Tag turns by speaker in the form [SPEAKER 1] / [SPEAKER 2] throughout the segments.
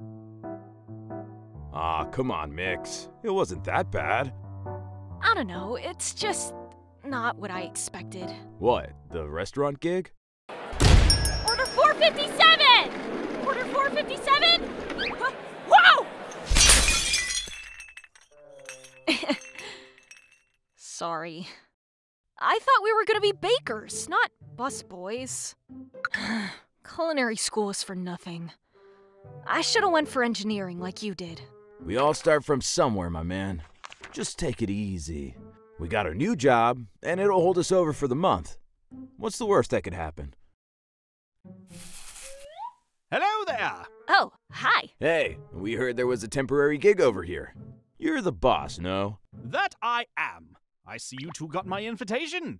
[SPEAKER 1] Aw, Ah, come on, Mix. It wasn't that bad.
[SPEAKER 2] I don't know, it's just not what I expected.
[SPEAKER 1] What, the restaurant gig?
[SPEAKER 2] Order 457! Order 457? Huh? Whoa! Sorry. I thought we were gonna be bakers, not busboys. Culinary school is for nothing. I should have went for engineering like you did.
[SPEAKER 1] We all start from somewhere, my man. Just take it easy. We got our new job, and it'll hold us over for the month. What's the worst that could happen?
[SPEAKER 3] Hello there!
[SPEAKER 2] Oh, hi.
[SPEAKER 1] Hey, we heard there was a temporary gig over here. You're the boss, no?
[SPEAKER 3] That I am. I see you two got my invitation.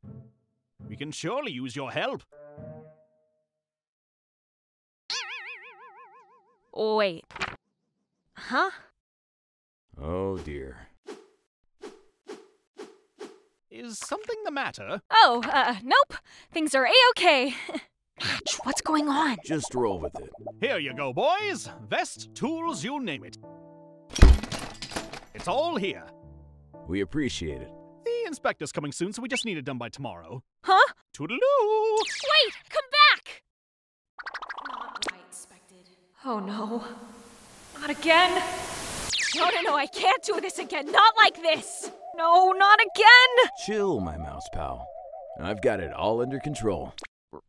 [SPEAKER 3] We can surely use your help.
[SPEAKER 2] Wait. Huh?
[SPEAKER 1] Oh dear.
[SPEAKER 3] Is something the matter?
[SPEAKER 2] Oh, uh, nope. Things are A-OK. Gosh, what's going on?
[SPEAKER 1] Just roll with it.
[SPEAKER 3] Here you go, boys. Vest, tools, you name it. It's all here.
[SPEAKER 1] We appreciate it.
[SPEAKER 3] The inspector's coming soon, so we just need it done by tomorrow.
[SPEAKER 2] Huh?
[SPEAKER 3] Toodaloo!
[SPEAKER 2] Wait, come back! Not what I expected. Oh no. Not again. No, no, no, I can't do this again. Not like this. No, not again.
[SPEAKER 1] Chill, my mouse pal. I've got it all under control.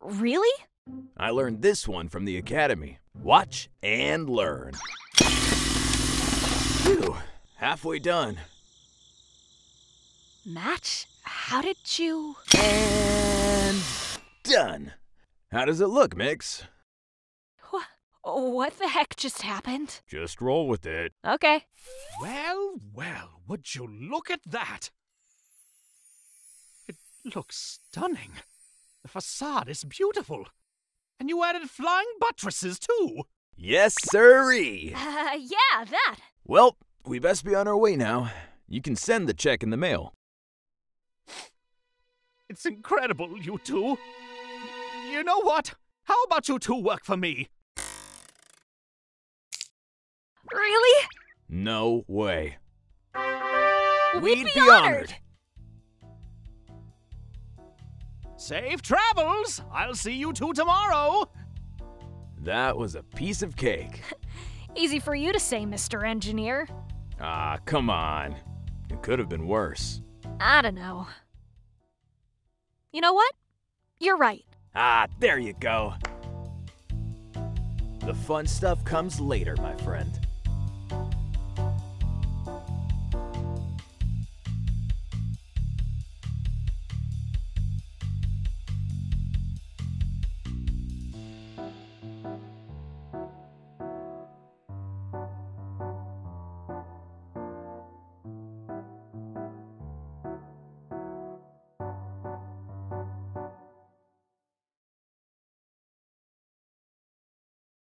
[SPEAKER 2] Really?
[SPEAKER 1] I learned this one from the academy. Watch and learn. Phew, halfway done.
[SPEAKER 2] Match, how did you.
[SPEAKER 1] And done. How does it look, Mix?
[SPEAKER 2] Wha- What the heck just happened?
[SPEAKER 1] Just roll with it.
[SPEAKER 2] Okay.
[SPEAKER 3] Well, well, would you look at that? It looks stunning. The facade is beautiful. And you added flying buttresses, too.
[SPEAKER 1] Yes, sirree.
[SPEAKER 2] Uh, yeah, that.
[SPEAKER 1] Well, we best be on our way now. You can send the check in the mail.
[SPEAKER 3] It's incredible, you two. You know what? How about you two work for me?
[SPEAKER 2] Really?
[SPEAKER 1] No way.
[SPEAKER 2] We'd,
[SPEAKER 3] Safe travels! I'll see you two tomorrow!
[SPEAKER 1] That was a piece of cake.
[SPEAKER 2] Easy for you to say, Mr. Engineer.
[SPEAKER 1] Ah, come on. It could have been worse.
[SPEAKER 2] I don't know. You know what? You're right.
[SPEAKER 1] Ah, there you go. The fun stuff comes later, my friend.